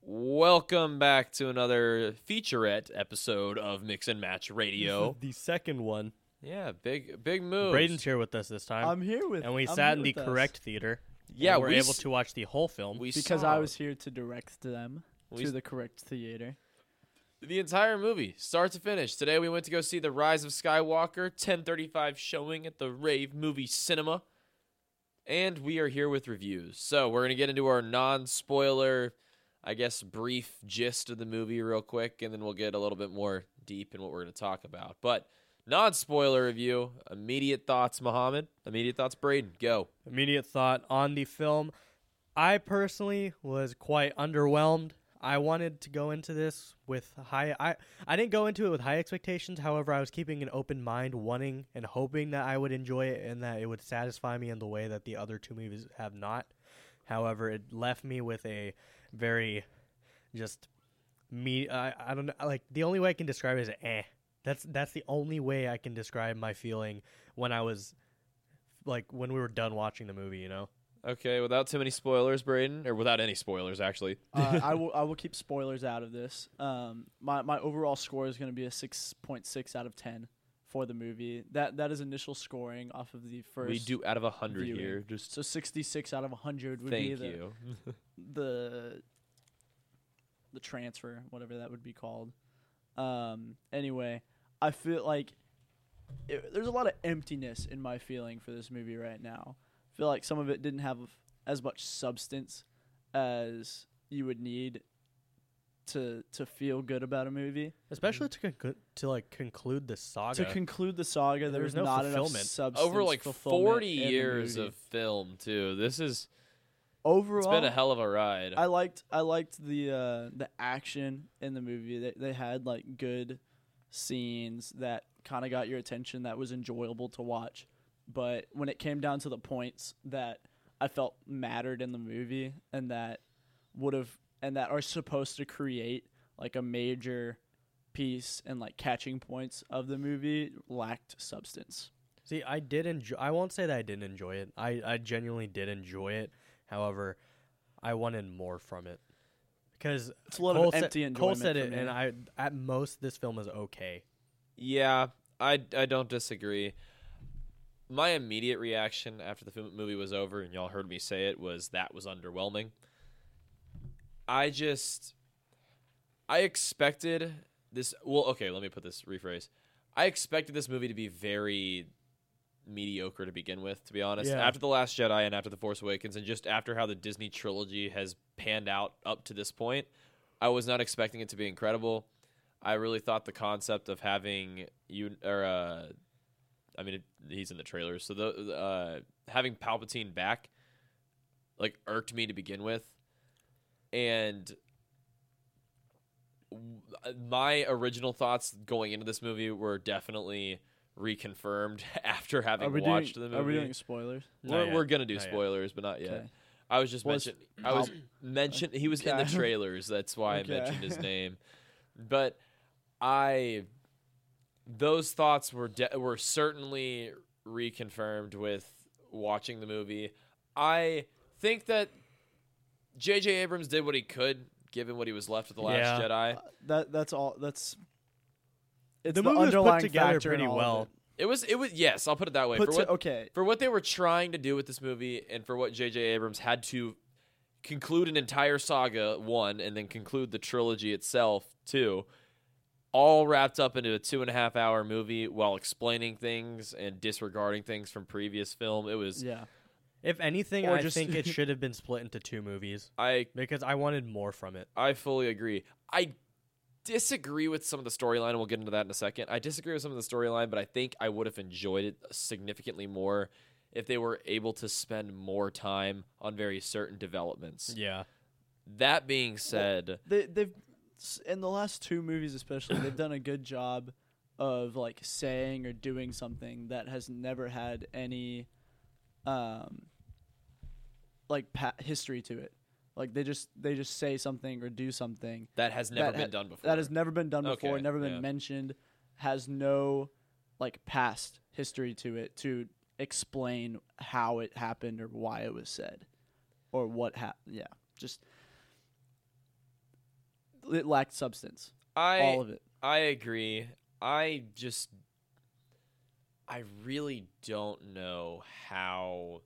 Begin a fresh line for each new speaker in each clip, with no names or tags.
Welcome back to another featurette episode of Mix and Match
Oh.
Radio.
the second one.
yeah, big big move.
Braden's here with us this time,
I'm here with
and we
I'm
sat in
here
the
with us
correct theater. and
Yeah,
we're
we
able
s-
to watch the whole film.
we
because
saw
I was here to direct them
We
to
s-
the correct theater.
the entire movie, start to finish. Today we went to go see The Rise of Skywalker, 10:35 showing at the Rave Movie Cinema, and we are here with reviews. So we're gonna get into our non-spoiler, I guess, brief gist of the movie real quick, and then we'll get a little bit more deep in what we're gonna talk about. But non-spoiler review, immediate thoughts, Mohammed. Immediate thoughts, Braden. Go.
Immediate thought on the film. I personally was quite underwhelmed. I wanted to go into this with high I I didn't go into it with high expectations. However, I was keeping an open mind, wanting and hoping that I would enjoy it and that it would satisfy me in the way that the other two movies have not. However, it left me with a very just me I, I don't know like the only way I can describe it is eh. That's that's the only way I can describe my feeling when I was like when we were done watching the movie, you know.
Okay, without too many spoilers, Braden, or without any spoilers, actually.
Uh, I will I will keep spoilers out of this. Um, my my overall score is going to be a six point six out of ten for the movie. That that is initial scoring off of the first.
we do out of a hundred
viewing.
here. Just
so sixty six out of hundred would be
thank
the
you.
the the transfer, whatever that would be called. Um, anyway, I feel like it, there's a lot of emptiness in my feeling for this movie right now. I feel like some of it didn't have as much substance as you would need to to feel good about a movie.
Especially to conc- to like conclude the saga.
To conclude the saga, there,
There
was
was no
not enough
fulfillment.
substance
Over like
fulfillment
forty
in the
years
movie.
of film too. This is
overall.
it's been a hell of a ride.
I liked I liked the uh, the action in the movie. They they had like good scenes that kind of got your attention. That was enjoyable to watch. But when it came down to the points that I felt mattered in the movie, and that would have and that are supposed to create like a major piece and like catching points of the movie lacked substance.
See, I did enjoy. I won't say that I didn't enjoy it. I I genuinely did enjoy it. However, I wanted more from it because
It's a lot
Cole
of
said-
empty
Cole
enjoyment.
said
for
it,
me.
and I at most this film is okay.
yeah, I I don't disagree. My immediate reaction after the film, movie was over and y'all heard me say it was that was underwhelming. I just I expected this well okay, let me put this rephrase. I expected this movie to be very mediocre to begin with, to be honest.
Yeah.
After The Last Jedi and after The Force Awakens and just after how the Disney trilogy has panned out up to this point, I was not expecting it to be incredible. I really thought the concept of having you or uh I mean it, he's in the trailer, so the uh having Palpatine back like irked me to begin with. And w- my original thoughts going into this movie were definitely reconfirmed after having
are we
watched
doing,
the movie.
Are we doing spoilers?
We're,
Not
we're
yet.
gonna do
Not yet.
spoilers, but not yet.
Okay.
I was just
Was-
mentioned. I was
Pal-
mentioned. He was in the
Okay.
trailers. That's why
Okay.
I mentioned his name. But I, those thoughts were de- were certainly reconfirmed with watching the movie. I think that J.J. Abrams did what he could, given what he was left with the Last
Yeah.
Jedi.
That that's all. That's it's
The movie was put
underlying
together
factor in
pretty
all of
well.
it.
It was. It was. Yes, I'll put it that way.
Put
For
to-
what-
okay,
for what they were trying to do with this movie and for what J.J. Abrams had to conclude an entire saga, one, and then conclude the trilogy itself, two, all wrapped up into a two and a half hour movie while explaining things and disregarding things from previous film. It was,
yeah.
If anything,
Or
I
just-
think it should have been split into two movies
I
because I wanted more from it.
I fully agree. I disagree with some of the storyline, and we'll get into that in a second. I disagree with some of the storyline, but I think I would have enjoyed it significantly more if they were able to spend more time on very certain developments.
Yeah,
That being said,
They they've s- in the last two movies especially they've done a good job of like saying or doing something that has never had any um like pa- history to it like they just they just say something or do something
That has never
that
been
ha-
done before.
that has never been done before,
Okay,
never been
yeah.
mentioned, has no like past history to it to explain how it happened or why it was said or what happened. Yeah, just it lacked substance.
I
all of it.
I agree. I just I really don't know how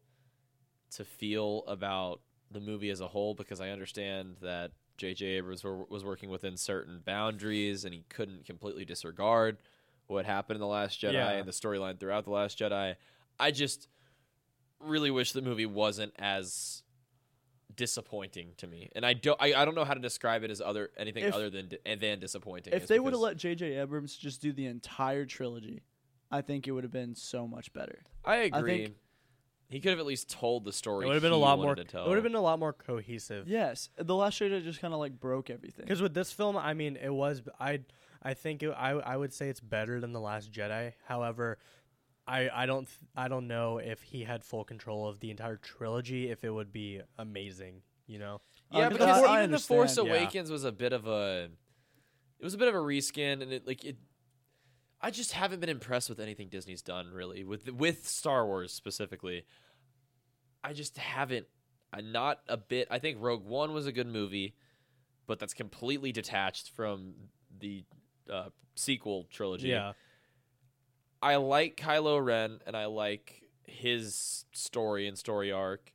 to feel about the movie as a whole because I understand that J.J. Abrams were, was working within certain boundaries and he couldn't completely disregard what happened in the Last Jedi
Yeah.
and the storyline throughout the Last Jedi. I just really wish the movie wasn't as disappointing to me, and I don't I, I don't know how to describe it as other anything
If-
other than di- and than disappointing.
If
It's
they would have
because-
let J.J. Abrams just do the entire trilogy, I think it would have been so much better.
I agree.
think-
he could have at least told the story.
It would have been a
he
lot
wanted
more.
To
It
tell.
would have been a lot more cohesive.
Yes, the last Jedi just kind of like broke everything.
Because with this film, I mean, it was I. I think it, I I would say it's better than the Last Jedi. However, I I don't th- I don't know if he had full control of the entire trilogy. If it would be amazing, you know.
yeah,
Uh,
because
I- I
even the Force
understand,
yeah.
Awakens was a bit of a, it was a bit of a reskin, and it like it. I just haven't been impressed with anything Disney's done really with with Star Wars specifically. I just haven't. I not a bit. I think Rogue One was a good movie, but that's completely detached from the uh, sequel trilogy.
Yeah,
I like Kylo Ren and I like his story and story arc.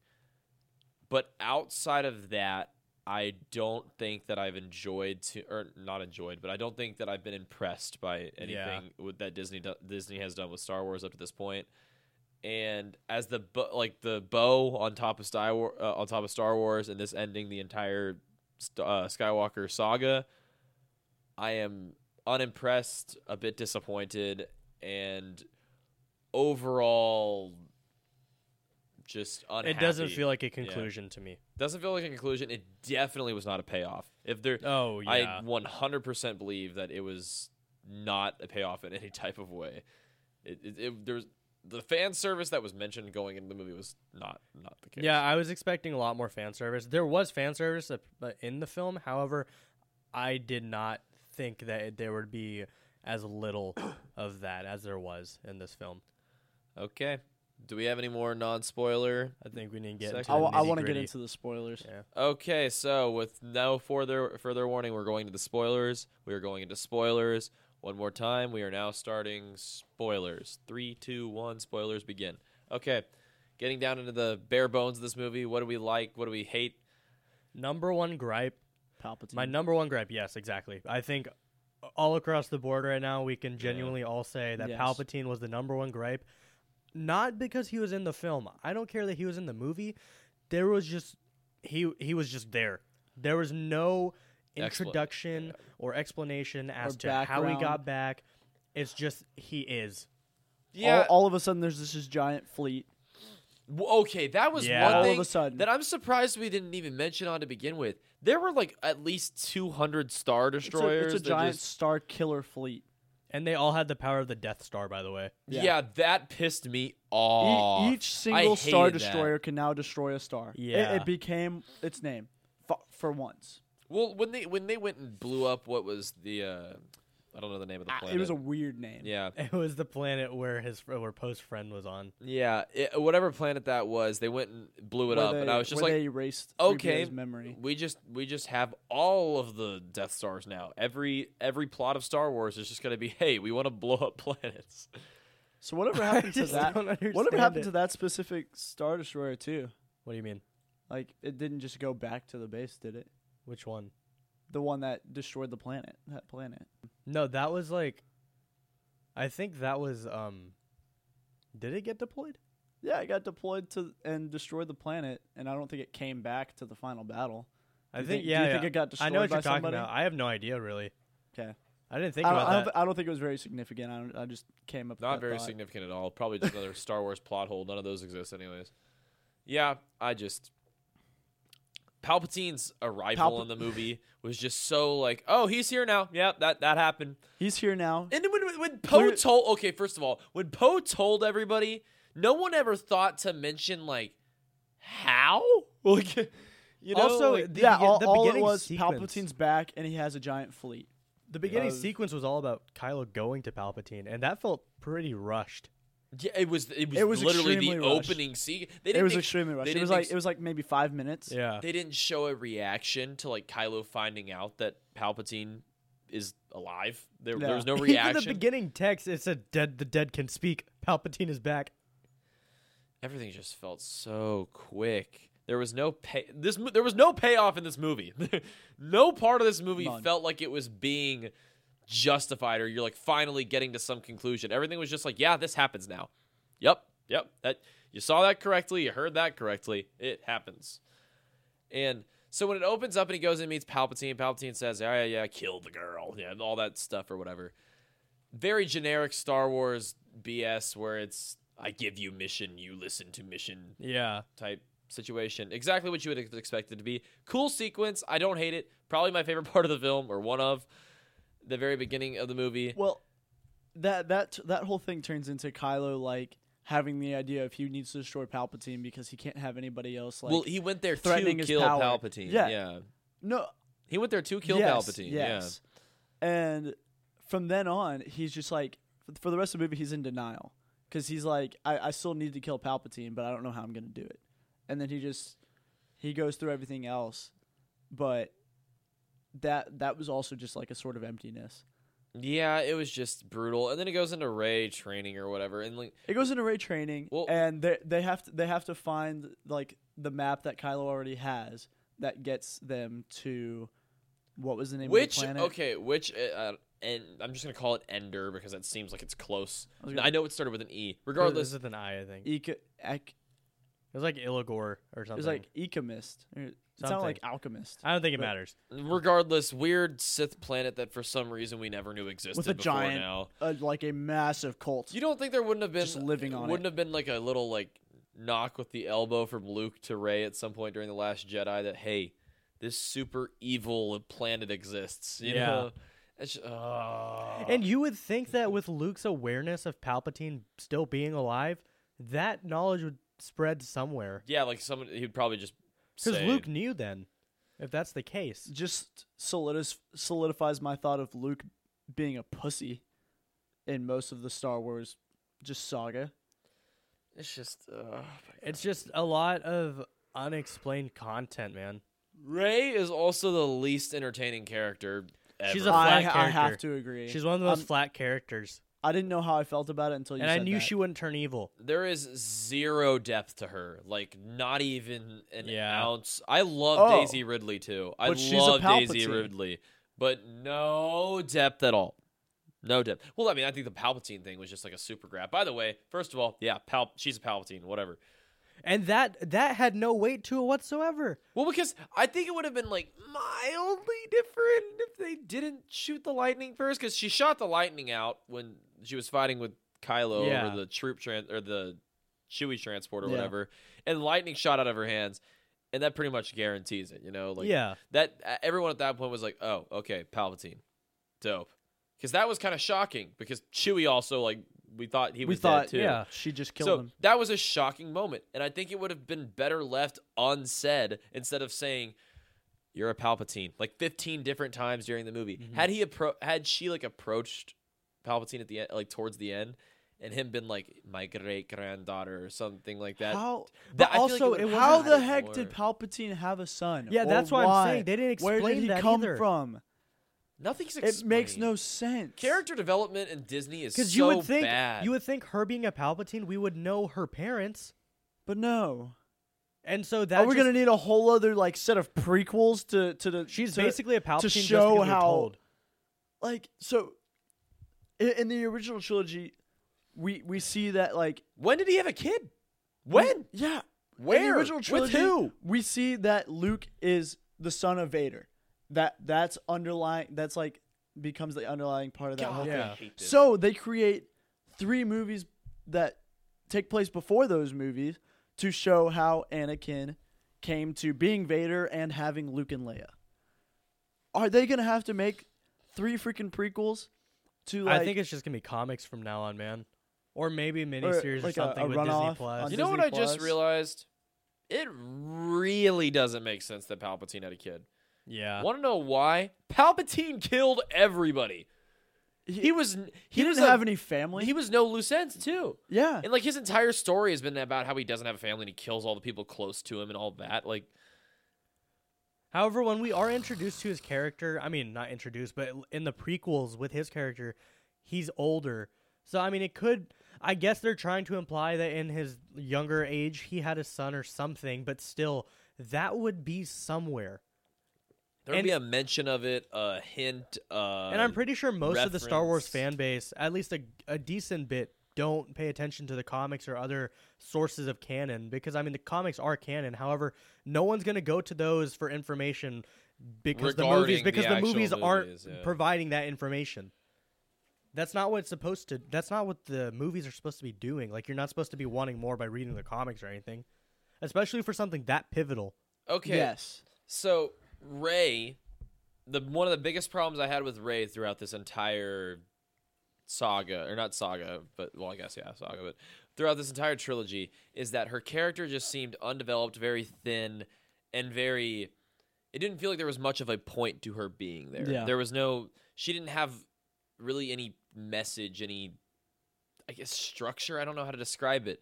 But outside of that, I don't think that I've enjoyed to or not enjoyed, but I don't think that I've been impressed by anything with, that Disney do, Disney has done with Star Wars up to this point. And as the bo- like the bow on top of Star War, uh, on top of Star Wars and this ending the entire st- uh, Skywalker saga, I am unimpressed, a bit disappointed, and overall just unhappy.
it doesn't feel like a conclusion to me.
doesn't feel like a conclusion. It definitely was not a payoff. If there,
Oh
I 100% believe that it was not a payoff in any type of way. It, it, it there's the fan service that was mentioned going into the movie was not not the case.
Yeah, I was expecting a lot more fan service. There was fan service uh, uh, in the film. However, I did not think that it- there would be as little of that as there was in this film.
Okay. Do we have any more non-spoiler?
I think we need to get
Second.
into
I,
the
w- I want to get
nitty-gritty.
into the spoilers.
Yeah.
Okay, so with no further further warning, we're going to the spoilers. We are going into spoilers one more time. We are now starting spoilers. Three, two, one. Spoilers begin. Okay, getting down into the bare bones of this movie. What do we like? What do we hate?
Number one gripe.
Palpatine.
My number one gripe. Yes, exactly. I think all across the board right now, we can genuinely all say that
Yes.
Palpatine was the number one gripe. Not because he was in the film. I don't care that he was in the movie. There was just he he was just there. There was no
Expla-
introduction or explanation as to how he
background.
got back. It's just he is.
all, all of a sudden, there's this, this giant fleet.
W- Okay, that was
Yeah.
one
All of
thing
a sudden.
that I'm surprised we didn't even mention on to begin with. There were like at least 200 star
It's a,
destroyers.
it's a
that
giant
just-
star killer fleet. E-,
And they all had the power of the Death Star, by the way.
yeah.
Yeah.
that pissed me
E-
off.
each single star
hated that.
destroyer can now destroy a star. It-
Yeah.
It, became its name for, for once.
Well, when they when they went and blew up what was the uh, I don't know the name of the
Ah,
planet.
It was a weird name.
yeah.
It was the planet where his where Poe's friend was on.
Yeah, it, whatever planet that was, they went and blew it
Where
up
they,
and I was just
where
like
they erased
okay,
3PO's memory.
we just we just have all of the Death Stars now. Every every plot of Star Wars is just going to be, "Hey, we want to blow up planets."
So whatever happened to
just
that?
don't
Whatever
understand
happened
it.
to that specific star destroyer too?
What do you mean?
Like it didn't just go back to the base, did it?
Which one?
The one that destroyed the planet. That planet.
No, that was like I think that was um did it get deployed?
Yeah, it got deployed to and destroyed the planet, and I don't think it came back to the final battle.
I
Do you
think,
think- do
yeah.
you think
yeah.
it got
I know what
destroyed by
you're talking
somebody?
about. I have no idea really.
'Kay.
I didn't think
I, don't,
about
I,
that.
don't, thi- I don't think it was very significant. I, don't, I just came up. with
Not
that
very
thought.
significant at all. Probably just another Star Wars plot hole. None of those exist anyways. Yeah, I just Palpatine's arrival
Palpa-
in the movie was just so like, "Oh, he's here now." Yep, that that happened.
He's here now.
And then when when when Poe
Clear-
told okay, first of all, when Poe told everybody, no one ever thought to mention like how like you know
Also,
like,
the
yeah,
begin-
all,
the
all it
beginning
was
sequence.
Palpatine's back, and he has a giant fleet.
The beginning
Of-
sequence was all about Kylo going to Palpatine, and that felt pretty rushed.
yeah, it was it was,
It was
literally the
extremely rushed.
opening scene. They
It
didn't
was
ex-
extremely
they
rushed. It
didn't
was like
ex-
it was like maybe five minutes.
Yeah.
they didn't show a reaction to like Kylo finding out that Palpatine is alive. There, there
Yeah.
was no
Even the
reaction.
beginning text, it said "dead. The dead can speak. Palpatine is back."
Everything just felt so quick. There was no pay. This mo- there was no payoff in this movie. no part of this movie
None.
felt like it was being justified, or you're like finally getting to some conclusion. Everything was just like, yeah, this happens now. Yep, yep. That you saw that correctly. You heard that correctly. It happens. And so when it opens up and he goes and meets Palpatine, Palpatine says, "Yeah, yeah, yeah, kill the girl, yeah, and all that stuff or whatever." Very generic Star Wars BS where it's I give you mission, you listen to mission
Yeah.
type situation. Exactly what you would have expected to be. Cool sequence. I don't hate it. Probably my favorite part of the film or one of the very beginning of the movie.
Well, that that that whole thing turns into Kylo like having the idea of he needs to destroy Palpatine because he can't have anybody else. Like,
well, he went there to
threatening his
kill
power.
Palpatine.
Yeah.
yeah.
no,
He went there to kill
yes,
Palpatine. Yeah.
Yes. And from then on, he's just like for the rest of the movie, he's in denial because he's like, I, I still need to kill Palpatine, but I don't know how I'm gonna do it. And then he just he goes through everything else, but that that was also just like a sort of emptiness.
Yeah, it was just brutal. And then it goes into Ray training or whatever. And like,
It goes into Ray training,
Well-
and they they have to they have to find like the map that Kylo already has that gets them to what was the name
which
of the planet?
okay, which uh, uh, and I'm just gonna call it Ender because that seems like it's close.
was gonna-
I know it started with an E.
this
Regardless,
is an I, I think. It
Eco, ec,
was like Illagor or something.
it was like Ecomist. or- It sounded
Something.
like alchemist
I don't think it
but-
matters.
regardless, weird Sith planet that for some reason we never knew existed
with a
before
giant,
now.
uh, like a massive cult.
You don't think there wouldn't have been
Just living on
wouldn't have been like a little like knock with the elbow from Luke to Ray at some point during the Last Jedi that hey, this super evil planet exists. You
Yeah.
know, it's just, ah.
And you would think that with Luke's awareness of Palpatine still being alive, that knowledge would spread somewhere.
Yeah, like someone he'd probably just
Because
say
Luke knew then, if that's the case.
Just solidis- solidifies my thought of Luke being a pussy in most of the Star Wars just saga.
It's just uh,
It's just a lot of unexplained content, man.
Ray is also the least entertaining character. Ever.
She's a flat
I, I
character.
have to agree.
She's one of those
Um,
flat characters,
I didn't know how I felt about it until you
and I
said
knew
that.
she wouldn't turn evil.
there is zero depth to her, like not even an
Yeah.
ounce. I love
Oh.
Daisy Ridley too. I
But she's a
love Daisy
Palpatine.
Ridley, but no depth at all. No depth. Well, I mean, I think the Palpatine thing was just like a super grab. By the way, first of all, yeah, Pal- she's a Palpatine, whatever.
And that that had no weight to it whatsoever.
Well, because I think it would have been like mildly different if they didn't shoot the lightning first, because she shot the lightning out when she was fighting with Kylo
Yeah.
over the troop trans or the Chewie transport or
Yeah.
whatever, and lightning shot out of her hands, and that pretty much guarantees it. You know, like
yeah,
that uh, everyone at that point was like, "Oh, okay, Palpatine, dope," because that was kind of shocking because Chewie also like we thought he
we
was
thought
dead too
yeah.
she just killed
so
him.
that was a shocking moment, and I think it would have been better left unsaid instead of saying you're a Palpatine like 15 different times during the movie.
Mhm.
Had he appro- had she like approached Palpatine at the end, like towards the end, and him been like my great granddaughter or something like that.
how
that-
but
I feel
also
like it
it
would've
wasn't-
how
had
the
it
heck
more.
did Palpatine have a son?
Yeah,
Or
that's
why?
what I'm saying. They didn't
Where did
explain
he
that
come
either.
from?
Nothing's
It makes
explained.
no sense.
character development in Disney is so
Because you would think
bad.
you would think her being a Palpatine, we would know her parents,
but no.
and so that
Are we
just-
gonna need a whole other like set of prequels to to the?
She's
to-
basically a Palpatine. just
show
because we're
how-
told.
like so. In, in the original trilogy, we we see that like
when did he have a kid? When?
yeah,
Where?
in the original
With
trilogy,
who?
we see that Luke is the son of Vader. That that's underlying. That's like becomes the underlying part of that whole
God,
thing.
I
Yeah.
hate this.
So they create three movies that take place before those movies to show how Anakin came to being Vader and having Luke and Leia. Are they going to have to make three freaking prequels to like
I think it's just gonna be comics from now on, man. Or maybe
Or,
miniseries or,
like, a-
something
a
with Disney
runoff
Plus.
on
You know what
Disney
I just
Plus.
realized? It really doesn't make sense that Palpatine had a kid.
yeah.
Want to know why? Palpatine killed everybody. He, was n-
he,
he, was
didn't
a-
have any family.
he was no loose ends too.
yeah,
And like his entire story has been about how he doesn't have a family and he kills all the people close to him and all that. Like
However, when we are introduced to his character, I mean, not introduced, but in the prequels with his character, he's older. So, I mean, it could. I guess they're trying to imply that in his younger age, he had a son or something, but still, that would be somewhere.
there would
And-
be a mention of it, a hint. Uh,
and I'm pretty sure most of the Star Wars
reference.
fan base, at least a, a decent bit, don't pay attention to the comics or other sources of canon because I mean the comics are canon. However, no one's going to go to those for information because the
Regarding
movies
the
because the,
actual
movies aren't
movies, yeah.
providing that information. That's not what it's supposed to. That's not what the movies are supposed to be doing. Like you're not supposed to be wanting more by reading the comics or anything, especially for something that pivotal.
okay.
yes.
So Ray, the one of the biggest problems I had with Ray throughout this entire saga, or not saga, but well, I guess yeah, saga, but throughout this entire trilogy, is that her character just seemed undeveloped, very thin, and very. It didn't feel like there was much of a point to her being there.
Yeah.
There was no. She didn't have really any message, any. I guess structure. I don't know how to describe it.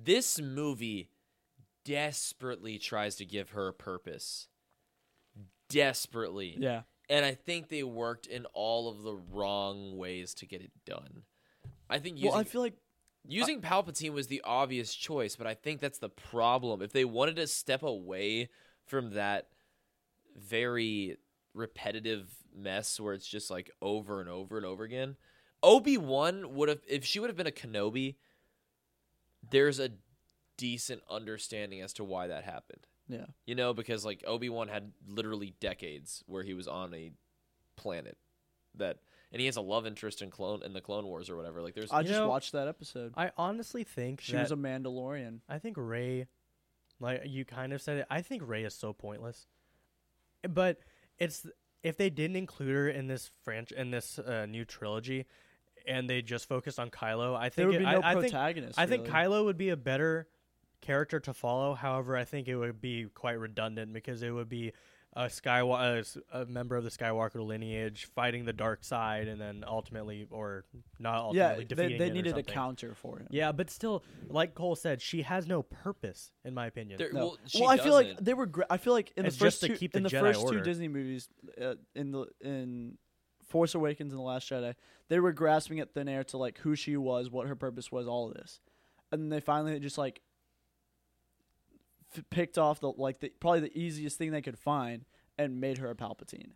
This movie desperately tries to give her a purpose. Desperately.
Yeah.
And I think they worked in all of the wrong ways to get it done. I think using,
Well, I feel like
using Palpatine was the obvious choice, but I think that's the problem. If they wanted to step away from that very repetitive mess where it's just like over and over and over again, Obi-Wan would have if she would have been a Kenobi, there's a decent understanding as to why that happened.
yeah,
You know, because like Obi Wan had literally decades where he was on a planet that, and he has a love interest in clone in the Clone Wars or whatever. Like, there's
I
You
just
know,
watched that episode.
I honestly think
She
that
was a Mandalorian.
I think Ray, like you kind of said it. I think Ray is so pointless, but it's if they didn't include her in this franch in this uh, new trilogy, and they just focused on Kylo, I
There
think
would
it-
be no
I, I think
protagonist.
I think
really.
Kylo would be a better character to follow. However, I think it would be quite redundant because it would be a Skywa- a s- a member of the Skywalker lineage fighting the dark side, and then ultimately, or not
Yeah,
ultimately,
they,
defeating
they
it or
needed a
something.
counter for him.
Yeah, but still, like Cole said, she has no purpose, in my opinion.
there,
No.
well, she
I feel like
doesn't.
they were. Gra- I feel like in
It's
the
just
first
to
two,
keep
in
the
the
Jedi
first
Order.
two Disney movies, uh, in the in Force Awakens and the Last Jedi, they were grasping at thin air to like who she was, what her purpose was, all of this, and then they finally just like f- picked off the like the probably the easiest thing they could find and made her a Palpatine.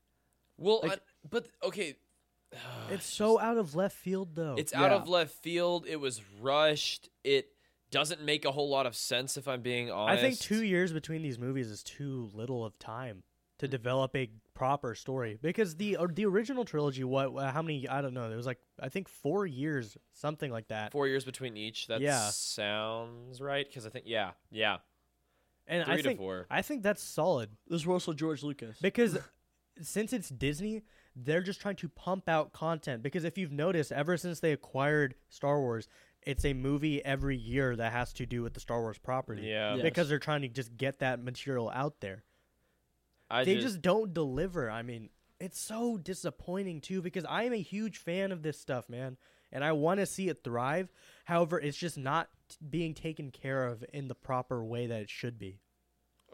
well,
like-
I- but okay,
it's so out of left field, though.
it's out of
yeah.
left field. It was rushed. It doesn't make a whole lot of sense if I'm being
I
honest.
think two years between these movies is too little of time to develop a proper story because the or the original trilogy, what uh, how many I don't know, there was like I think four years, something like that.
four years between each. That
Yeah.
sounds right because I think yeah, yeah.
and
three
I
to
think
four.
I think that's solid
This was also George Lucas.
because since it's Disney, they're just trying to pump out content. Because if you've noticed, ever since they acquired Star Wars, it's a movie every year that has to do with the Star Wars property.
Yeah,
Yeah.
because they're trying to just get that material out there.
I
they just, don't deliver. I mean, it's so disappointing too because I am a huge fan of this stuff, man, and I want to see it thrive. However, it's just not t- being taken care of in the proper way that it should be.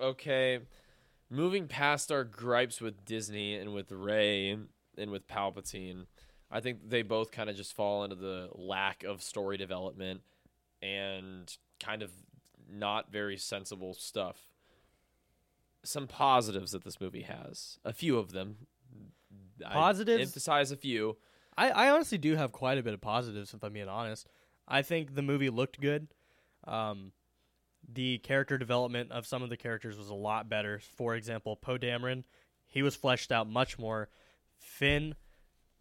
okay, moving past our gripes with Disney and with Ray and with Palpatine, I think they both kind of just fall into the lack of story development and kind of not very sensible stuff. Some positives that this movie has, a few of them. I
Positives?
emphasize a few.
I, I honestly do have quite a bit of positives, if I'm being honest. I think the movie looked good. Um, the character development of some of the characters was a lot better. For example, Poe Dameron, he was fleshed out
Mm-hmm.
much more. Finn,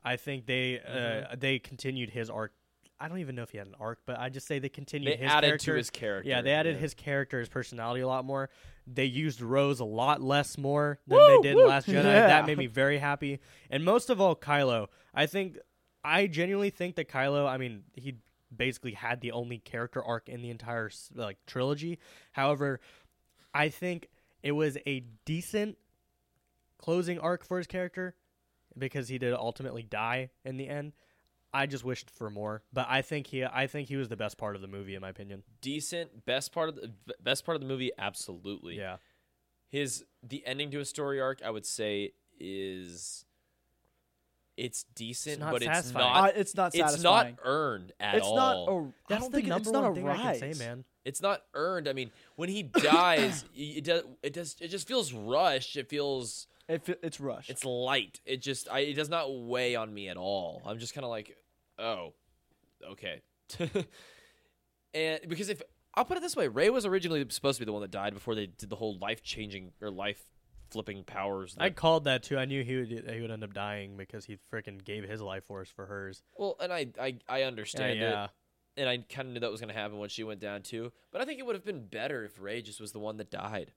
I think they uh, they continued his arc I don't even know if he had an arc, but I just say they continued
They
his
added
character.
to his character.
Yeah, they added his character, his personality a lot more. They used Rose a lot less more than
Woo,
they did
woo.
Last Jedi.
Yeah.
That made me very happy. And most of all, Kylo. I think I genuinely think that Kylo. I mean, he basically had the only character arc in the entire s- like trilogy. However, I think it was a decent closing arc for his character because he did ultimately die in the end. I just wished for more, but I think he I think he was the best part of the movie in my opinion.
decent best part of the best part of the movie. Absolutely.
Yeah.
His the ending to his story arc, I would say, is it's decent,
not
but it's
satisfying.
not.
Uh, it's not
it's not
satisfying.
earned at
it's
all.
not. A, I
That's
don't
the
think it-
number
it's not
one
a
thing
rise.
I can say, man.
it's not earned. I mean, when he dies, y- it does. It does. It just feels rushed. It feels
It, fe- it's rushed.
it's light. It just. I. It does not weigh on me at all. I'm just kind of like, oh, okay. and because if I'll put it this way, Ray was originally supposed to be the one that died before they did the whole life changing or life flipping powers.
I
like-
called that too. I knew he would he would end up dying because he freaking gave his life force for hers.
well, and I. I. I understand it.
yeah.
and I kind of knew that was going to happen when she went down too. But I think it would have been better if Ray just was the one that died.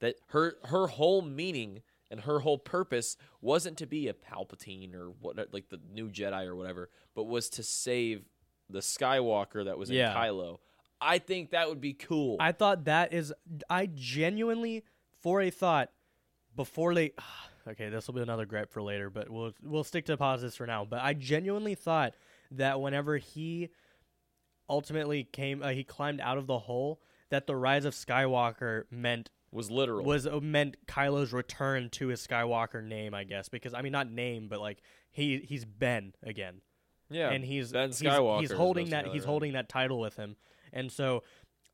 That her her whole meaning and her whole purpose wasn't to be a Palpatine or what, like the new Jedi or whatever, but was to save the Skywalker that was
Yeah.
in Kylo. I think that would be cool.
I thought that is I genuinely for a thought before they Okay, this will be another gripe for later, but we'll we'll stick to positives for now. But I genuinely thought that whenever he ultimately came uh, he climbed out of the hole that the rise of Skywalker meant
was literal.
was uh, meant Kylo's return to his Skywalker name, I guess, because I mean not name, but like he he's Ben again,
yeah,
and he's
Ben
he's-
Skywalker
He's,
is
holding
most
that
another,
he's
right?
holding that title with him, and so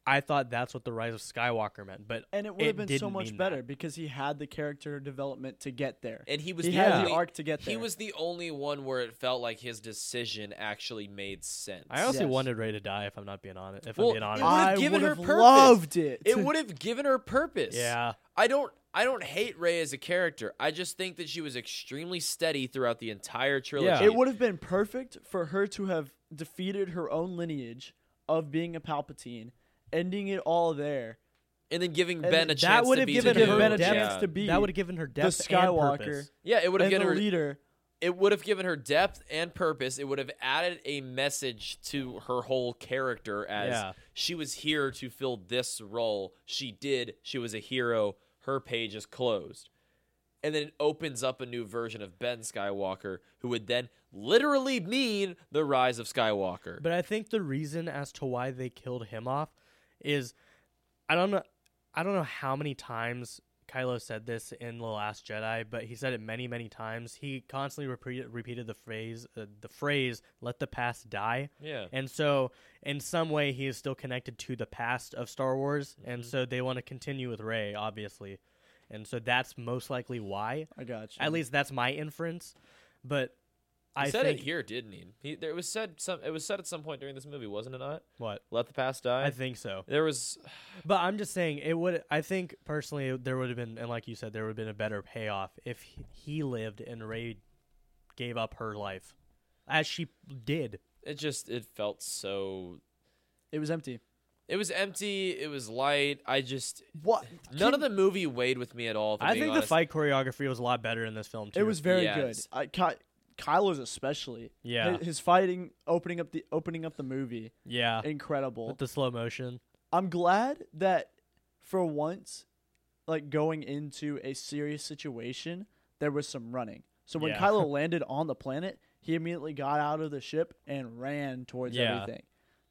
I thought that's what the Rise of Skywalker meant, but
and it would have
it
been so
didn't
much
mean
better
that.
because he had the character development to get there.
and he was
He
the
had the
only,
arc to get
He
there.
was the only one where it felt like his decision actually made sense.
I also
Yes.
wanted Ray to die. If I'm not being honest, if
Well,
I'm being
it
honest,
would've
I
given her
would've
purpose.
loved it.
it would have given her purpose.
yeah,
I don't I don't hate Rey as a character. I just think that she was extremely steady throughout the entire trilogy.
Yeah.
It would have been perfect for her to have defeated her own lineage of being a Palpatine, ending it all there.
and then giving
and
Ben a
that
chance
would
to
have
be
given
the
her
dude.
depth
yeah.
to be
that would have given her depth and
Skywalker.
purpose.
Yeah, it would have
and
given
the
her
leader.
it would have given her depth and purpose. It would have added a message to her whole character as
Yeah.
she was here to fill this role. She did. She was a hero. Her page is closed. And then it opens up a new version of Ben Skywalker, who would then literally mean the rise of Skywalker.
But I think the reason as to why they killed him off is I don't know I don't know how many times Kylo said this in The Last Jedi, but he said it many, many times. He constantly repeated repeated the phrase uh, the phrase "Let the past die."
yeah.
And so, in some way, he is still connected to the past of Star Wars,
Mm-hmm.
and so they want to continue with Rey, obviously, and so that's most likely why.
I got you.
At least that's my inference. But
He
I
said
think
it here, didn't he? he there, it was said some. It was said at some point during this movie, wasn't it not?
what
Let the past die.
I think so.
there was.
But I'm just saying it would. I think personally there would have been, and like you said, there would have been a better payoff if he- he lived and Ray gave up her life, as she did.
It just. It felt so.
it was empty.
It was empty. It was light. I just.
What?
None of the movie weighed with me at all. If I'm
I
being
think the
honest.
fight choreography was a lot better in this film too.
It was very
Yes.
good. I, Ky- Kylo's especially.
Yeah.
His, his fighting, opening up the opening up the movie,
yeah,
incredible.
with the slow motion.
I'm glad that for once, like going into a serious situation, there was some running. So when
Yeah.
Kylo landed on the planet, he immediately got out of the ship and ran towards
Yeah.
everything.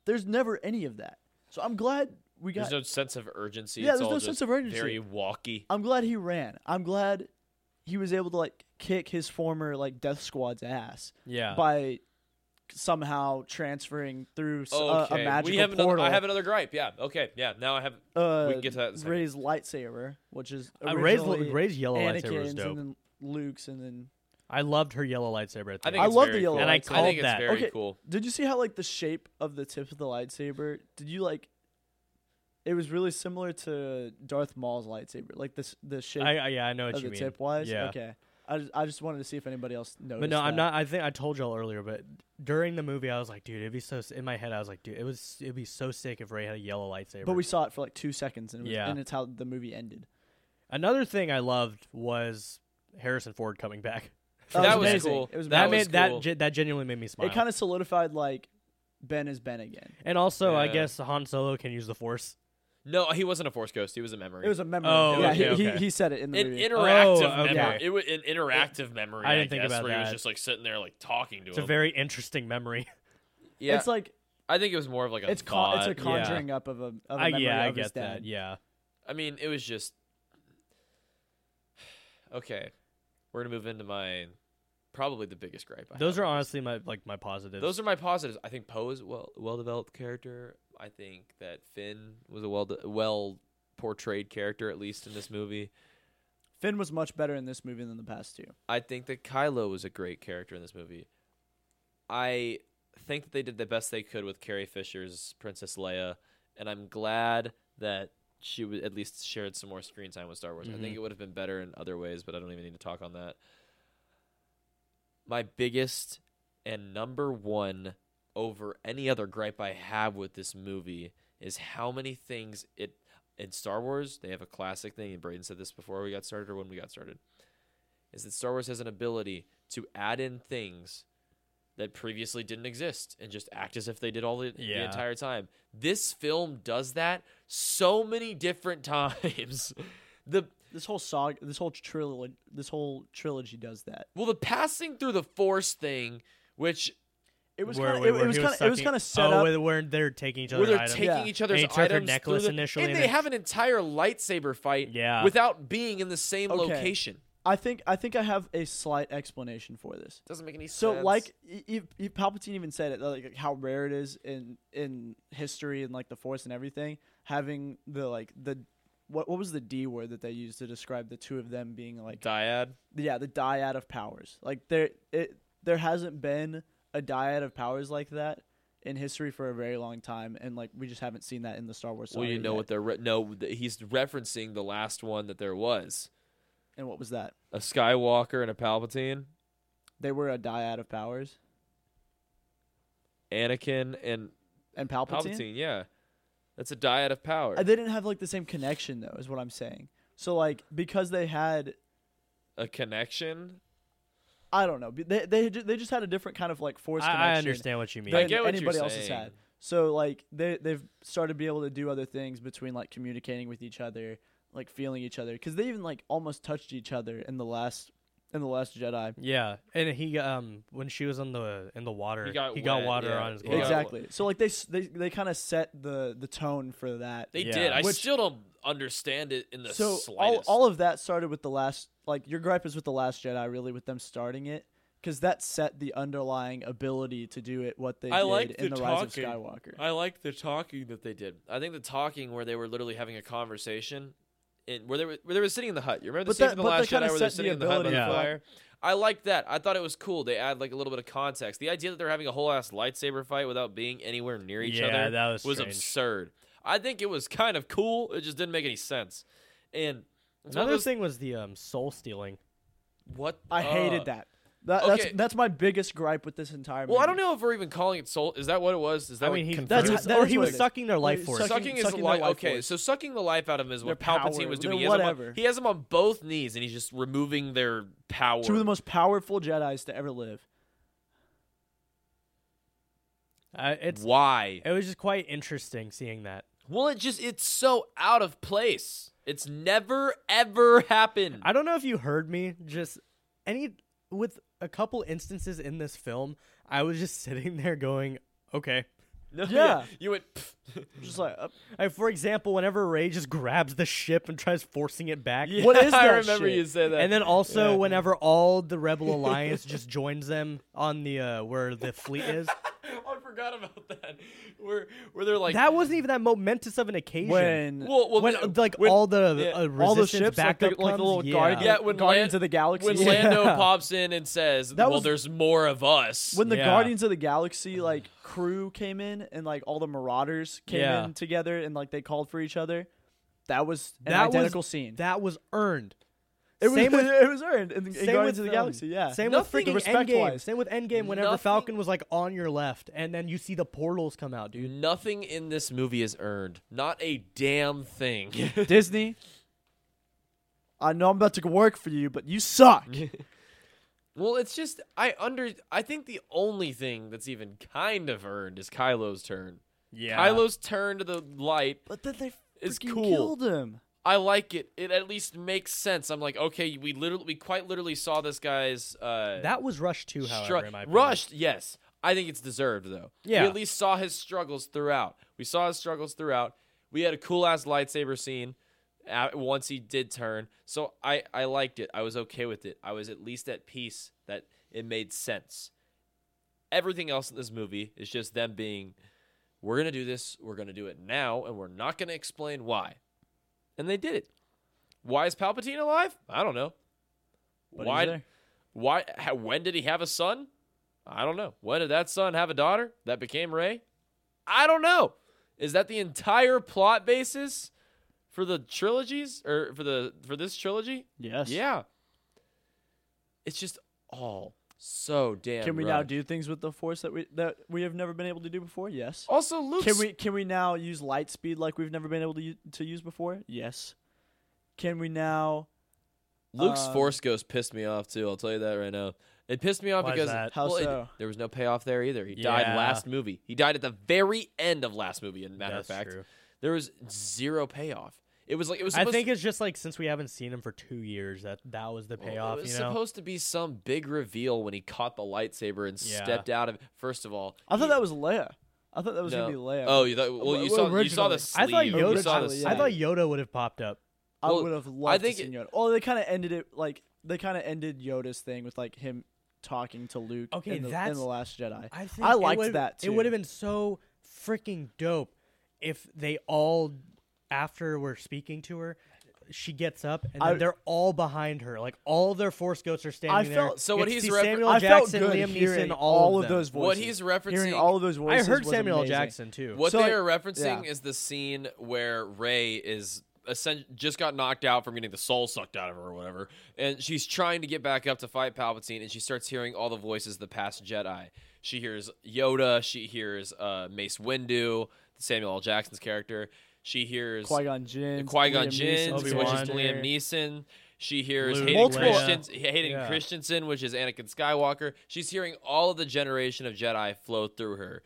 There's never any of that. So I'm glad we got.
There's no sense of urgency.
Yeah,
It's
there's
all
no
just
sense of urgency.
Very walky.
I'm glad he ran. I'm glad he was able to like kick his former like Death Squad's ass
Yeah,
by somehow transferring through s- uh,
Oh, okay.
a magical
we have another,
portal.
I have another gripe. Yeah. Okay. Yeah. Now I have.
uh,
we can get to that in a second.
Ray's lightsaber, which is
uh, Ray's,
originally
Ray's yellow lightsaber
Anakin's
was dope.
and then Luke's and then
I loved her yellow lightsaber. At the
I think
end.
I
it's
love
very
the yellow
Cool.
And I
I think
called
it's
that.
very
Okay.
cool.
Did you see how like the shape of the tip of the lightsaber? Did you like? It was really similar to Darth Maul's lightsaber, like this the shape
I, I- yeah, I know what
of
you
the
mean.
tip wise.
Yeah.
Okay. I just, I just wanted to see if anybody else noticed.
But no, I'm
that.
not. I think I told y'all earlier, but during the movie, I was like, dude, it'd be so. s- In my head, I was like, dude, it was. It'd be so sick if Ray had a yellow lightsaber.
But we saw it for like two seconds, and, it was,
Yeah.
and it's how the movie ended.
Another thing I loved was Harrison Ford coming back.
That
that
was
was
amazing.
cool.
It was
That,
was
made that
cool.
ge- that genuinely made me smile.
It kind of solidified like Ben is Ben again.
and also, I
Yeah.
guess Han Solo can use the Force.
no, he wasn't a force ghost. He was a memory.
It was a memory.
Oh,
yeah,
okay,
he,
okay.
He, he said it in the
an
movie.
interactive
Oh, okay.
memory. It was an interactive memory.
I didn't think
guess,
about
where He was
that.
just like sitting there, like talking to
It's a
him.
very interesting memory.
yeah,
It's like
I think it was more of like a
it's con-
thought.
it's a
yeah.
conjuring up of a of a
I,
memory
yeah,
of
I
his
get
dad.
that. Yeah,
I mean, it was just okay. We're gonna move into my probably the biggest gripe. I
those
have.
are honestly my like my positives.
those are my positives. I think Poe is a well well developed character. I think that Finn was a well de- well portrayed character at least in this movie.
Finn was much better in this movie than the past two.
I think that Kylo was a great character in this movie. I think that they did the best they could with Carrie Fisher's Princess Leia, and I'm glad that she wa- at least shared some more screen time with Star Wars. I think it would have been better in other ways, but I don't even need to talk on that. My biggest and number one over any other gripe I have with this movie is how many things it in Star Wars they have a classic thing, and Braden said this before we got started or when we got started is that Star Wars has an ability to add in things that previously didn't exist and just act as if they did all the, the
Yeah.
entire time. This film does that so many different times. The
This whole saga, this whole trilogy, this whole trilogy does that.
well, the passing through the Force thing, which
It was
Where-
kind of
where-
it,
where
was
he
kind of it was
sucking-
kind of set
oh,
up.
where- where they're taking each other.
where they're
items.
taking
Yeah.
each other's
And he took her
items through
necklace
the-
initially,
and
and
they
then-
have an entire lightsaber fight
Yeah.
without being in the same
Okay.
location.
I think I think I have a slight explanation for this.
Doesn't make any
So
sense.
like e- e- e- Palpatine even said it like how rare it is in in history and like the Force and everything having the like the what what was the D word that they used to describe the two of them being like
dyad.
yeah the dyad of powers like there it there hasn't been a dyad of powers like that in history for a very long time and like we just haven't seen that in the Star Wars.
Well, you
saga
know
yet.
what they're re- no. th- He's referencing the last one that there was.
and what was that?
a Skywalker and a Palpatine,
They were a dyad of powers
Anakin and
and Palpatine.
Palpatine. yeah, that's a dyad of power.
Uh, They didn't have like the same connection though, is what I'm saying. So like because they had
a connection.
I don't know. but They they ju- they just had a different kind of like force connection.
I, I understand what you mean.
Than
I get what you're
anybody else has
saying.
had. So like they they've started to be able to do other things between like communicating with each other, like feeling each other, because they even like almost touched each other in the last in the last Jedi.
Yeah, and he um when she was on the in the water,
He got wet,
water
yeah.
on his
He
glove.
got-
Exactly. So like they s- they they kind of set the the tone for that.
They
Yeah.
did. I
Which-
still don't understand it in the
so
slightest.
all all of that started with the last like your gripe is with the last Jedi really with them starting it because that set the underlying ability to do it what they
I
did
like
in
the
the Rise of
talking.
Skywalker.
I like the talking that they did. I think the talking where they were literally having a conversation, and where they were where they were sitting in the hut. You remember the
But
scene
that-
from the
but they
last Jedi
kinda
where they're
set the
sitting in the hut by
ability
the
Yeah. for-
fire? I liked that. I thought it was cool. They add like a little bit of context. The idea that they're having a whole ass lightsaber fight without being anywhere near each
Yeah,
other
that was strange.
absurd. I think it was kind of cool. It just didn't make any sense. And it's one of
Another
those-
thing was the um soul stealing.
what
I
uh,
hated that. That,
okay.
That's that's my biggest gripe with this entire.
Well, I
movie.
don't know if we're even calling it soul. Is that what it was? Is that
I
what
mean, he,
confirmed?
That's-
he was,
that
or
is
he
what
was
it is.
sucking their life
Well,
force.
sucking-
sucking, his
sucking
life.
their life
Okay,
force.
so sucking the life out of him is what
Their
Palpatine
power,
was doing.
their
He has, him on,
whatever.
he has him on both knees, and he's just removing their power.
Two of the most powerful Jedi's to ever live.
Uh, it's
Why?
it was just quite interesting seeing that.
Well, it just—it's so out of place. It's never ever happened.
I don't know if you heard me. Just any with a couple instances in this film, I was just sitting there going, okay.
No,
Yeah.
you went. pfft.
Just like uh,
Like, for example, whenever Ray just grabs the ship and tries forcing it back,
Yeah,
What is
I
that
remember
shit?
you say that.
And then also
Yeah.
whenever all the Rebel Alliance just joins them on the uh, where the fleet is.
I forgot about that. Where where they're like
That wasn't even that momentous of an occasion.
when
Well, well,
when
the-
like
when-
all the
yeah.
uh, resistance
all the ships like
back
the,
up
like
comes,
the little
yeah.
Guardian,
Yeah, when
Guardians
Lan-
of the Galaxy.
when Lando
Yeah.
pops in and says,
That
"Well,
was-
there's more of us."
when the
Yeah.
Guardians of the Galaxy like crew came in and like all the Marauders came
Yeah.
in together and like they called for each other, that was an
That was-
identical scene.
That was earned.
It was
Same with-
it was earned in, in
same
Guardians
with,
of the
um,
Galaxy. Yeah,
Same
Nothing-
with freaking
Respect
Endgame.
wise.
Same with Endgame. Whenever
Nothing-
Falcon was like on your left, and then you see the portals come out, dude.
Nothing in this movie is earned. Not a damn thing.
Disney. I know I'm about to go work for you, but you suck.
well, it's just I under I think the only thing that's even kind of earned is Kylo's turn.
Yeah.
Kylo's turn to the light.
but then they
It's
freaking
cool.
killed him.
I like it. It at least makes sense. I'm like, okay, we literally we quite literally saw this guy's uh
That was Rush too, however,
Stru-
in my opinion.
rushed, yes. I think it's deserved though.
Yeah.
We at least saw his struggles throughout. We saw his struggles throughout. We had a cool ass lightsaber scene uh, once he did turn. So I I liked it. I was okay with it. I was at least at peace that it made sense. Everything else in this movie is just them being we're going to do this, we're going to do it now and we're not going to explain why. And they did it. Why is Palpatine alive? I don't know.
But he's
why
there.
why? How, when did he have a son? I don't know. When did that son have a daughter that became Ray? I don't know. Is that the entire plot basis for the trilogies or for the for this trilogy?
Yes.
Yeah. It's just all so damn.
Can we now
rushed.
do things with the force that we that we have never been able to do before? Yes.
Also, Luke.
Can we can we now use light speed like we've never been able to u- to use before? Yes. Can we now?
Luke's
um,
Force Ghost pissed me off too. I'll tell you that right now. It pissed me off
Why is
because
that?
How
well, it-
so?
there was no payoff there either. He died
Yeah.
last movie. He died at the very end of last movie. In matter
That's
of fact,
true.
There was zero payoff. It was like it was.
I
Supposed
think it's just like since we haven't seen him for two years, that that was the
well,
payoff.
It was
you know,
supposed to be some big reveal when he caught the lightsaber and
Yeah.
stepped out of. First of all,
I thought that was Leia. I thought that was gonna
no.
be Leia.
Oh, you thought, well, you
Well,
saw you saw the
originally.
I thought
sleeve. You saw the
Yoda.
Yoda-
I
sleeve.
thought Yoda would have popped up.
I
well,
would have loved
I
to
think
seen
it-
Yoda. Oh, they kind of ended it like they kind of ended Yoda's thing with like him talking to Luke.
Okay,
in the, in
that's-
the Last Jedi.
I think
I
it
liked
would've-
that too.
It would have been so freaking dope if they all, after we're speaking to her, she gets up and then
I-
they're all behind her. Like all their force goats are standing there.
felt-
So what
It's
he's
the
refer-
Samuel
I felt
Jackson,
good
Liam
hearing
Neeson,
all
of them.
those voices.
What he's
hearing
referencing-
all of those
I
voices.
heard
was
Samuel
amazing.
Jackson too.
What
So,
they
like-
are referencing
yeah.
is the scene where Ray is essen- just got knocked out from getting the soul sucked out of her or whatever, and she's trying to get back up to fight Palpatine, and she starts hearing all the voices of the past Jedi. She hears Yoda, she hears uh, Mace Windu, Samuel L. Jackson's character. She hears
Qui Gon Jinn,
Qui Gon
Liam
Jinn,
Neeson's
which is
Obi-Wan.
Liam Neeson. She hears
Luke.
Hayden,
Multiple-
Christians- Hayden
Yeah.
Christensen, which is Anakin Skywalker. She's hearing all of the generation of Jedi flow through her.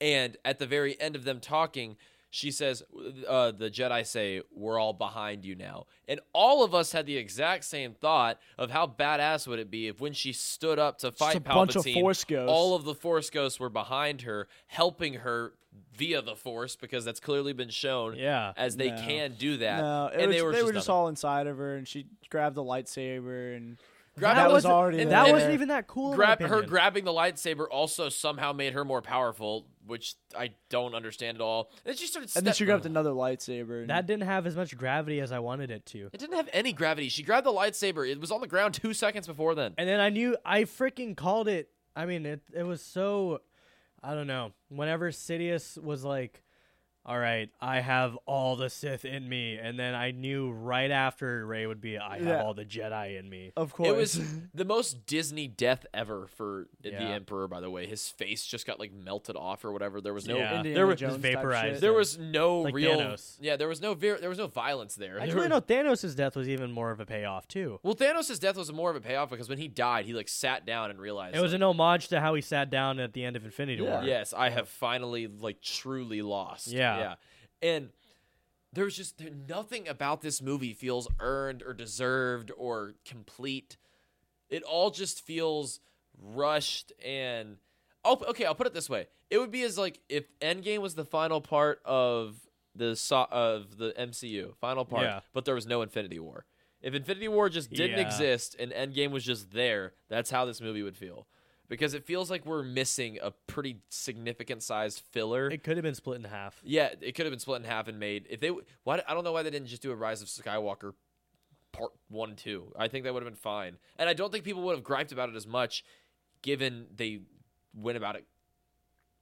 And at the very end of them talking, she says, uh, The Jedi say, We're all behind you now. And all of us had the exact same thought of how badass would it be if when she stood up to fight
a
Palpatine,
bunch of Force ghosts.
all of the Force ghosts were behind her, helping her via the Force, because that's clearly been shown
Yeah.
as they
No.
can do that.
No, it
and
was-
they were just, nothing.
all inside of her, and she grabbed the lightsaber, and
Grabbed
that
the-
was
wasn't-
already
and
that
there.
wasn't even that cool. in my
Grab, her
opinion.
grabbing the lightsaber also somehow made her more powerful, which I don't understand at all. And then she started.
And then
step-
she grabbed another lightsaber. And
That didn't have as much gravity as I wanted it to.
It didn't have any gravity. She grabbed the lightsaber. It was on the ground two seconds before then.
And then I knew I freaking called it. I mean, it it was so I don't know. Whenever Sidious was like, "All right, I have all the Sith in me," and then I knew right after Ray would be, "I
Yeah.
have all the Jedi in me."
of course,
It was the most Disney death ever for the
Yeah.
Emperor. By the way, his face just got like melted off or whatever. There was no.
Yeah.
Indiana
There were-
Jones type
vaporized.
shit.
There was no
Like
real.
Thanos.
Yeah, there was no. Ver- there was no violence there. There
Actually,
were-
no. Thanos' death was even more of a payoff too.
Well, Thanos' death was more of a payoff because when he died, he like sat down and realized
It was
like,
an homage to how he sat down at the end of Infinity
Yeah.
War.
yes, I have finally like truly lost.
Yeah.
yeah, and there's just there, nothing about this movie feels earned or deserved or complete. It all just feels rushed and oh, okay. I'll put it this way: it would be as like if Endgame was the final part of the so- of the MCU, final part,
Yeah.
but there was no Infinity War. If Infinity War just didn't
Yeah.
exist and Endgame was just there, that's how this movie would feel. Because it feels like we're missing a pretty significant sized filler.
It could have been split in half.
yeah, it could have been split in half and made. If they, why I don't know why they didn't just do a Rise of Skywalker part one and two. I think that would have been fine, and I don't think people would have griped about it as much, given they went about it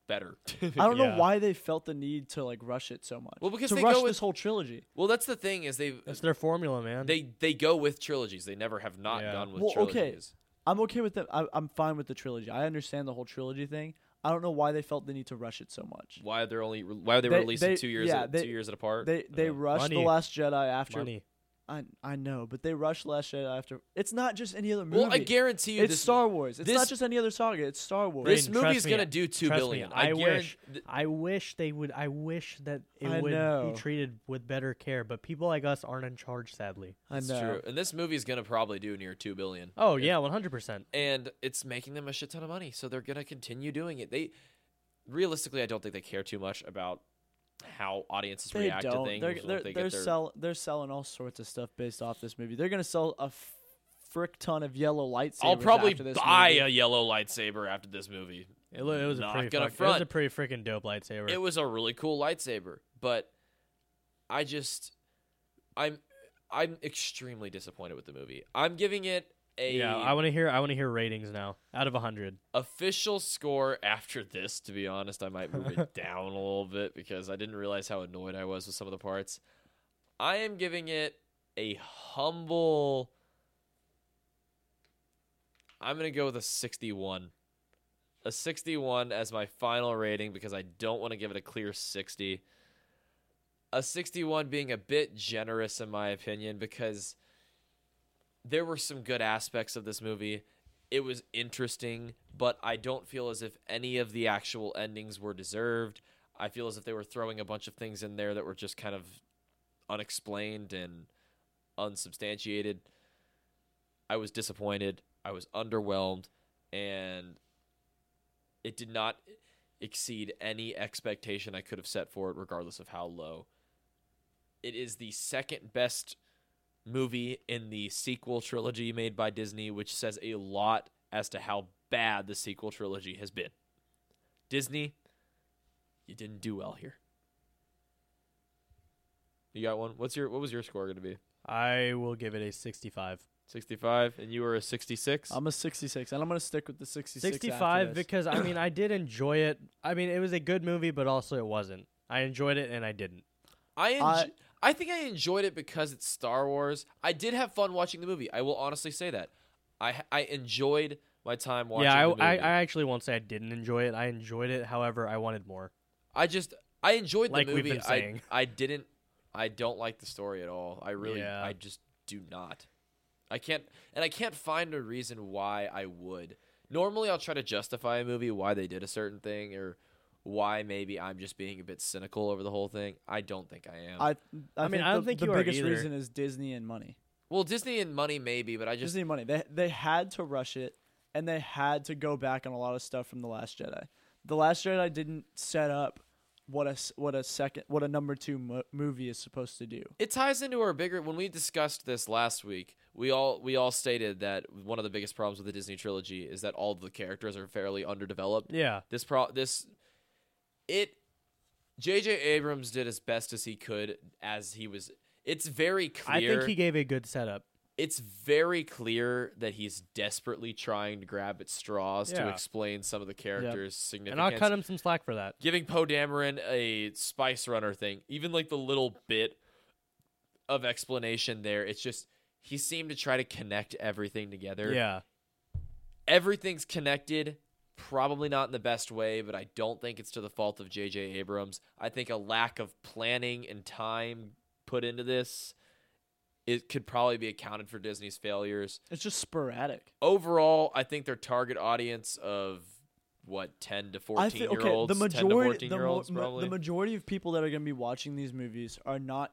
better.
I don't
Yeah.
know why they felt the need to like rush it so much.
Well, because
to
they
rush
go with-
this whole trilogy.
well, that's the thing is they
That's their formula, man.
they they go with trilogies. They never have not
Yeah.
gone with
Well, okay.
trilogies.
I'm okay with them. I, I'm fine with the trilogy. I understand the whole trilogy thing. I don't know why they felt the need to rush it so much.
Why they're only why are they,
They-
releasing
they-
two years
yeah,
at,
they-
two years at apart?
They they
Uh,
rushed
money.
the Last Jedi after.
money.
I I know, but they rushed Last Jedi after. It's not just any other movie.
well, I guarantee you
it's
this
Star Wars. It's
this-
not just any other saga. It's Star Wars.
This
Brayden,
movie's
trust me,
gonna do two
trust
billion.
Me,
I
I,
guarant-
wish.
th-
I wish they would. I wish that it
I
would
know.
be treated with better care. But people like us aren't in charge, sadly.
I
It's
know.
true. And this movie's gonna probably do near two billion.
Oh yeah, one hundred percent.
and it's making them a shit ton of money so they're going to continue doing it they realistically i don't think they care too much about how audiences
They
react to
don't.
things
they're
once
they're,
they
they're,
get their-
sell, they're selling all sorts of stuff based off this movie. They're gonna sell a f- frick ton of yellow lightsabers.
i'll probably
after this
buy
movie.
a yellow lightsaber after this movie
It, lo- it was
Not
a pretty.
gonna
fuck- it was a
front.
pretty freaking dope lightsaber.
it was a really cool lightsaber but i just i'm i'm extremely disappointed with the movie i'm giving it a
yeah, I want to hear. I want to hear ratings now. Out of hundred,
official score after this to be honest i might move it down a little bit because i didn't realize how annoyed i was with some of the parts i am giving it a humble i'm going to go with a 61 a 61 as my final rating because i don't want to give it a clear 60 a 61 being a bit generous in my opinion because there were some good aspects of this movie it was interesting, but I don't feel as if any of the actual endings were deserved. I feel as if they were throwing a bunch of things in there that were just kind of unexplained and unsubstantiated. I was disappointed. I was underwhelmed, and it did not exceed any expectation I could have set for it, regardless of how low. It is the second best movie in the sequel trilogy made by Disney, which says a lot as to how bad the sequel trilogy has been. Disney, you didn't do well here. You got one. What's your what was your score going to be?
I will give it a sixty-five.
65 and you were a 66.
I'm a 66, and I'm gonna stick with the 66. after
65
this.
because I mean I did enjoy it. I mean it was a good movie, but also it wasn't. I enjoyed it and I didn't.
I, enj-
I-
I think I enjoyed it because it's Star Wars. I did have fun watching the movie. I will honestly say that. I I enjoyed my time watching
yeah, I,
the movie.
I, I actually won't say I didn't enjoy it. I enjoyed it. However, I wanted more.
I just I enjoyed the
Like we've
movie.
been
I
saying.
I didn't I don't like the story at all. I really
Yeah.
I just do not. I can't and I can't find a reason why I would. Normally I'll try to justify a movie why they did a certain thing or why maybe I'm just being a bit cynical over the whole thing. I don't think I am.
I, I,
I mean,
think
I don't
the,
think
the
you are
biggest
either.
reason is Disney and money.
well, Disney and money maybe, but I just
Disney money. They they had to rush it, and they had to go back on a lot of stuff from the Last Jedi. The Last Jedi didn't set up what a s- what a second what a number two mo- movie is supposed to do.
it ties into our bigger when we discussed this last week we all we all stated that one of the biggest problems with the disney trilogy is that all of the characters are fairly underdeveloped
Yeah.
this pro this it jj abrams did as best as he could as he was it's very clear
I think he gave a good setup.
it's very clear that he's desperately trying to grab at straws to
Yeah.
explain some of the characters
And
significance
I'll cut him some slack for that.
giving Poe Dameron a spice runner thing, even like the little bit of explanation there, it's just he seemed to try to connect everything together.
Yeah.
Everything's connected, probably not in the best way, but I don't think it's to the fault of JJ Abrams. I think a lack of planning and time put into this it could probably be accounted for Disney's failures
It's just sporadic.
overall, I think their target audience of what ten to fourteen
I think
year
okay.
olds,
The
ten to
majority
fourteen
the,
year
mo-
olds,
ma-
probably.
the majority of people that are going to be watching these movies are not.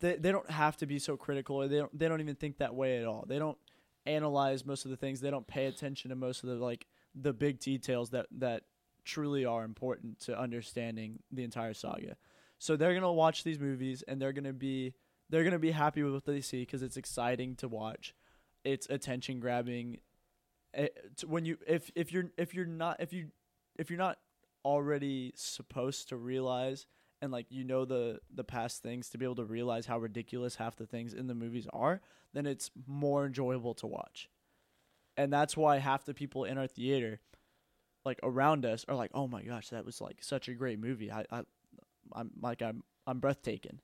They they don't have to be so critical, or they don't they don't even think that way at all. They don't analyze most of the things. They don't pay attention to most of the like the big details that that truly are important to understanding the entire saga. So they're gonna watch these movies and they're gonna be they're gonna be happy with what they see because it's exciting to watch. It's attention grabbing. Eh, When you if if you're if you're not if you if you're not already supposed to realize and like you know the the past things to be able to realize how ridiculous half the things in the movies are, then it's more enjoyable to watch. And that's why half the people in our theater like around us are like, "Oh my gosh, that was like such a great movie." I, I I'm like I'm I'm breathtaking.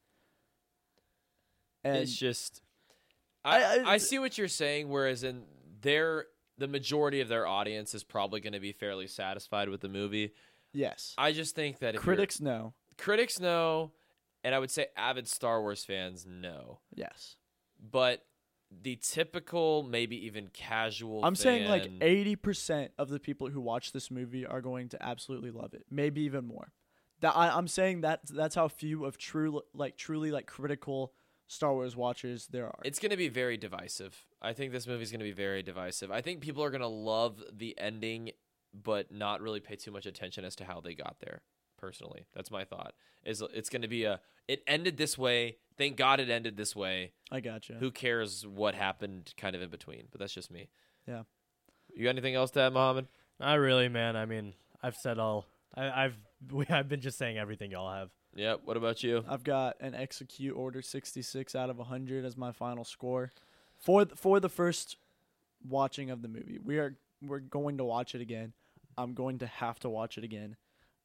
And
it's just I,
I-
I,
I-
see what you're saying. Whereas in their the majority of their audience is probably going to be fairly satisfied with the movie.
yes,
I just think that if you're-
critics know.
critics know, and I would say avid Star Wars fans know,
Yes,
but the typical, maybe even casual.
I'm saying like
fan-
eighty percent of the people who watch this movie are going to absolutely love it, maybe even more. That I, I'm saying that that's how few of true like truly like critical Star Wars watchers there are.
It's going to be very divisive. I think this movie's going to be very divisive. I think people are going to love the ending, but not really pay too much attention as to how they got there. Personally, that's my thought. Is it's going to be a it ended this way. Thank God it ended this way.
I gotcha.
Who cares what happened kind of in between? But that's just me.
Yeah.
You got anything else to add, Mohammed?
Not really, man. I mean, I've said all. I, I've we, I've been just saying everything y'all have.
Yeah. What about you?
I've got an execute order 66 out of 100 as my final score for th- for the first watching of the movie. We are we're going to watch it again. I'm going to have to watch it again.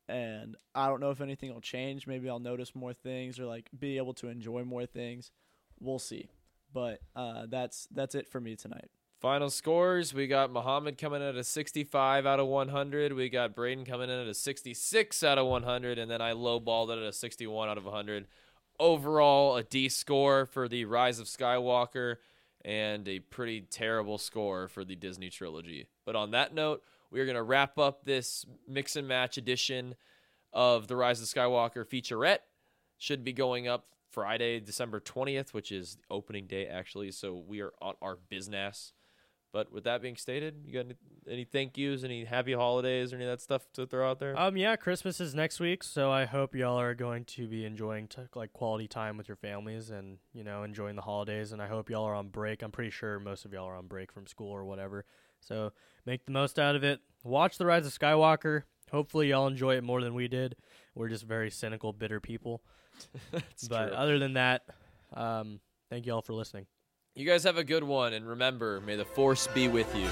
And I don't know if anything will change. Maybe I'll notice more things or like be able to enjoy more things. We'll see. But uh, that's that's it for me tonight.
Final scores: We got Muhammad coming in at a 65 out of 100. We got Braden coming in at a 66 out of 100, and then I lowballed it at a 61 out of 100. Overall, a D score for the Rise of Skywalker, and a pretty terrible score for the Disney trilogy. But on that note, we are going to wrap up this mix and match edition of the Rise of Skywalker featurette. Should be going up Friday, December 20th, which is opening day actually. So we are on our business. But with that being stated, you got any, any thank yous, any happy holidays, or any of that stuff to throw out there?
Um, yeah, Christmas is next week, so I hope y'all are going to be enjoying t- like quality time with your families and you know enjoying the holidays. And I hope y'all are on break. I'm pretty sure most of y'all are on break from school or whatever. So make the most out of it. Watch the Rise of Skywalker. Hopefully, y'all enjoy it more than we did. We're just very cynical, bitter people.
That's
but
true.
other than that, um, thank y'all for listening.
you guys have a good one, and remember, may the force be with you.